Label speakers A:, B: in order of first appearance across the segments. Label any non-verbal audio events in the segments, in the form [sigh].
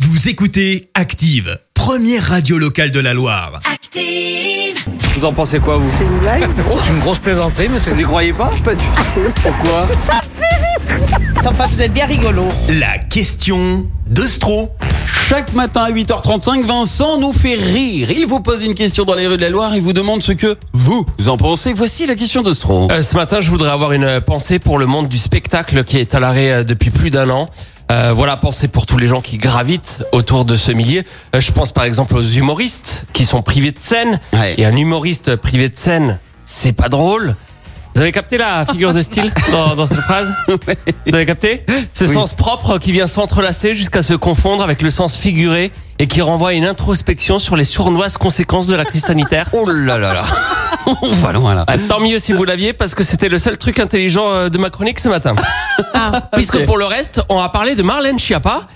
A: Vous écoutez Active, première radio locale de la Loire.
B: Active!
C: Vous en pensez quoi, vous
D: C'est une
C: [laughs]
D: blague Gros,
C: Une grosse plaisanterie, monsieur Vous y croyez pas
D: pas du tout.
C: Pourquoi
D: Enfin, vous êtes bien rigolo.
A: La question de Stro.
E: Chaque matin à 8h35, Vincent nous fait rire. Il vous pose une question dans les rues de la Loire et vous demande ce que vous en pensez. Voici la question de
C: Oh.
E: Stro.
F: Euh, ce matin, je voudrais avoir une euh, pensée pour le monde du spectacle qui est à l'arrêt euh, depuis plus d'un an. Euh, voilà, pensée pour tous les gens qui gravitent autour de ce milieu. Euh, je pense par exemple aux humoristes qui sont privés de scène.
E: Ouais.
F: Et un humoriste privé de scène, c'est pas drôle. Vous avez capté la figure de
E: [laughs]
F: style dans, dans cette phrase Vous avez capté Ce
E: Oui.
F: sens propre qui vient s'entrelacer jusqu'à se confondre avec le sens figuré et qui renvoie à une introspection sur les sournoises conséquences de la crise sanitaire.
E: Oh là là là. [laughs] On va loin là.
F: Ah, tant mieux si vous l'aviez, parce que c'était le seul truc intelligent euh, de ma chronique ce matin. Puisque pour le reste, on a parlé de Marlène Schiappa.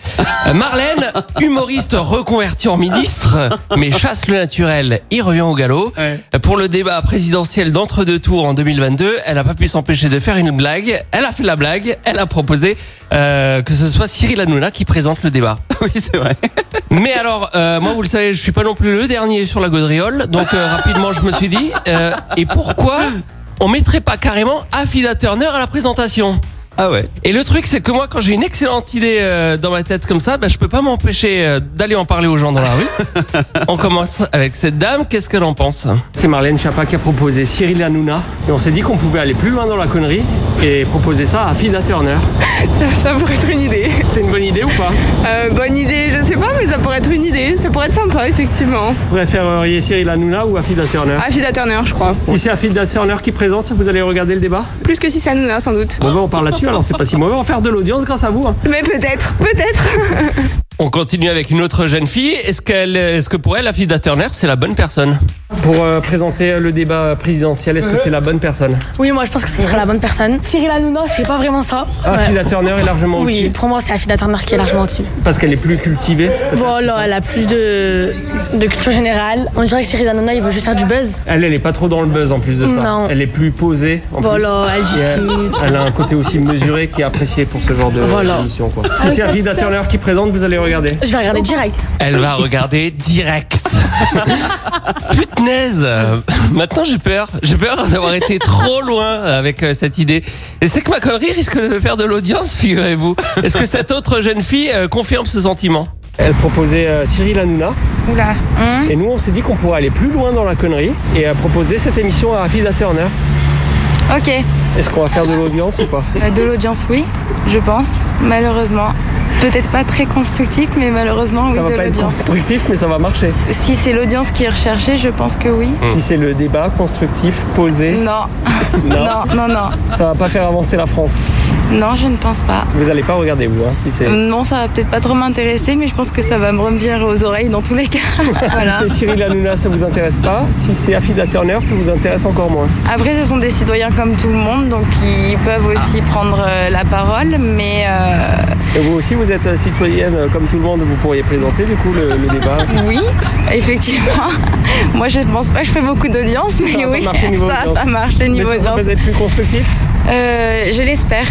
F: Euh, Marlène, humoriste reconvertie en ministre, mais chasse le naturel, il revient au galop.
E: Ouais.
F: Euh, Pour le débat présidentiel d'entre-deux tours en 2022, elle n'a pas pu s'empêcher de faire une blague. Elle a fait la blague, elle a proposé euh, que ce soit Cyril Hanouna qui présente le débat.
E: Oui, c'est vrai.
F: Mais alors, euh, moi, vous le savez, je suis pas non plus le dernier sur la gaudriole, donc euh, rapidement, je me suis dit, euh, et pourquoi on mettrait pas carrément Affida Turner à la présentation
E: Ah ouais.
F: Et le truc, c'est que moi, quand j'ai une excellente idée euh, dans ma tête comme ça, bah, je peux pas m'empêcher euh, d'aller en parler aux gens dans la rue. on commence avec cette dame, qu'est-ce qu'elle en pense C'est Marlène Chapa qui a proposé Cyril Hanouna, et on s'est dit qu'on pouvait aller plus loin dans la connerie et proposer ça à Affida Turner.
G: Ça, ça pourrait être une idée.
F: C'est une bonne idée ou pas
G: Euh, bonne idée, je sais pas, mais ça pourrait être une idée. Ça pourrait être sympa, effectivement.
F: Vous préféreriez Cyril Hanouna ou Affida Turner
G: Affida Turner, je crois.
F: Si c'est Affida Turner qui présente, vous allez regarder le débat
G: Plus que si ça nous a, sans doute.
F: Bon, ben, on parle là-dessus, alors c'est pas si mauvais, on va faire de l'audience grâce à vous. hein.
G: Mais peut-être, peut-être.
F: On continue avec une autre jeune fille. Est-ce qu'elle, est-ce que pour elle, Affida Turner, c'est la bonne personne Pour euh, présenter le débat présidentiel, est-ce que c'est la bonne personne
H: Oui, moi je pense que ce serait la bonne personne. Cyril Hanouna, c'est pas vraiment ça.
F: Ah,
H: Ouais.
F: Affida Turner est largement
H: Oui,
F: au-dessus,
H: pour moi c'est Afida Turner qui est largement au-dessus.
F: parce qu'elle est plus cultivée.
H: Voilà, elle a plus de, de culture générale. On dirait que Cyril Hanouna, il veut juste faire du buzz.
F: Elle, elle est pas trop dans le buzz en plus de ça.
H: Non.
F: Elle est plus posée. En plus.
H: Voilà, elle
F: Et elle,
H: discute.
F: elle a un côté aussi mesuré qui est apprécié pour ce genre de
H: Voilà.
F: d'émission, quoi. Si c'est Affida Turner qui présente, vous allez regarder.
H: Je vais regarder direct.
F: Elle va regarder direct. Putnaise euh, Maintenant j'ai peur. J'ai peur d'avoir été trop loin avec euh, cette idée. Et c'est que ma connerie risque de faire de l'audience, figurez-vous. Est-ce que cette autre jeune fille euh, confirme ce sentiment elle proposait euh, Cyril Hanouna.
G: Oula.
I: Hein
F: Et nous, on s'est dit qu'on pourrait aller plus loin dans la connerie et euh, proposer cette émission à Affida Turner.
I: Ok,
F: Est-ce qu'on va faire de l'audience ou pas
I: Euh, de l'audience oui, je pense, malheureusement. Peut-être pas très constructif, mais malheureusement oui,
F: Ça va
I: de
F: pas être
I: l'audience.
F: constructif, mais ça va marcher.
I: Si c'est l'audience qui est recherchée, je pense que oui.
F: Si c'est le débat constructif, posé, [laughs]
I: Non, non, non, non,
F: ça va pas faire avancer la France.
I: non, je ne pense pas.
F: Vous allez pas regarder, vous, hein, si c'est.
I: Non, ça va peut-être pas trop m'intéresser, mais je pense que ça va me revenir aux oreilles dans tous les cas.
F: [laughs]
I: voilà.
F: Si c'est Cyril Hanouna, ça vous intéresse pas. Si c'est Affida Turner, ça vous intéresse encore moins.
I: Après, ce sont des citoyens comme tout le monde, donc ils peuvent
F: Ah.
I: aussi prendre euh, la parole, mais euh,
F: Et vous aussi, vous êtes euh, citoyenne euh, comme tout le monde, vous pourriez présenter du coup le, le débat. [laughs]
I: oui, effectivement. Moi, je ne pense pas que je ferai beaucoup d'audience, mais
F: Ça va pas
I: oui,
F: marcher niveau
I: ça va
F: audience.
I: pas marcher [laughs] niveau
F: mais ça
I: audience.
F: vous êtes plus constructif
I: Euh, je l'espère.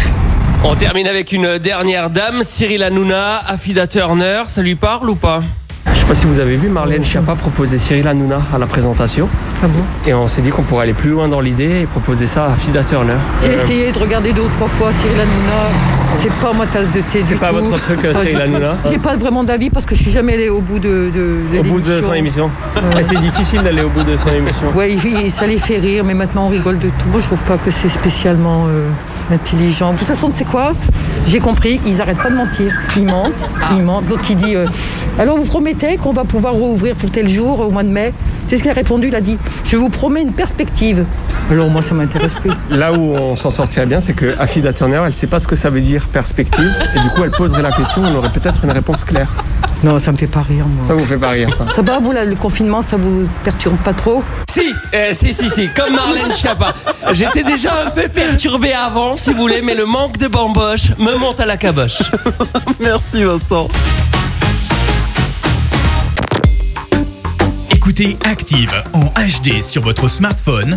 F: On termine avec une dernière dame, Cyril Hanouna, Affida Turner, ça lui parle ou pas Je sais pas si vous avez vu Marlène Schiappa proposer Cyril Hanouna à la présentation. Et on s'est dit qu'on pourrait aller plus loin dans l'idée et proposer ça à Affida Turner.
D: J'ai
F: Euh,
D: essayé de regarder deux ou trois fois Cyril Hanouna. C'est pas ma tasse de thé du
F: C'est pas
D: tout.
F: votre truc,
D: [laughs]
F: euh,
D: Pas
F: Cyril
D: du tout.
F: Hanouna
D: J'ai pas vraiment d'avis parce que je suis jamais allée au bout de, de,
F: Au bout de son émission. Et c'est difficile d'aller au bout de son émission.
D: Ouais, il- il- ça les fait rire, mais maintenant on rigole de tout. Moi, je trouve pas que c'est spécialement euh, intelligent. De toute façon, tu sais quoi J'ai compris, ils arrêtent pas de mentir. Ils mentent, ils mentent. L'autre qui dit euh, Alors, vous promettez qu'on va pouvoir rouvrir pour tel jour euh, au mois de mai C'est ce qu'il a répondu, il a dit Je vous promets une perspective. Alors, moi, ça m'intéresse plus.
F: Là où on s'en sortirait bien, c'est que Affida Turner, elle sait pas ce que ça veut dire perspective. Et du coup, elle poserait la question, on aurait peut-être une réponse claire.
D: Non, ça me fait pas rire,
F: Ça
D: moi.
F: vous fait pas rire, ça.
D: Ça va, vous, là, le confinement, ça vous perturbe pas trop
F: Si, euh, si, si, si, comme Marlène Schiappa. J'étais déjà un peu perturbé avant, si vous voulez, mais le manque de bamboche me monte à la caboche.
E: Merci Vincent.
A: Écoutez Active en HD sur votre smartphone,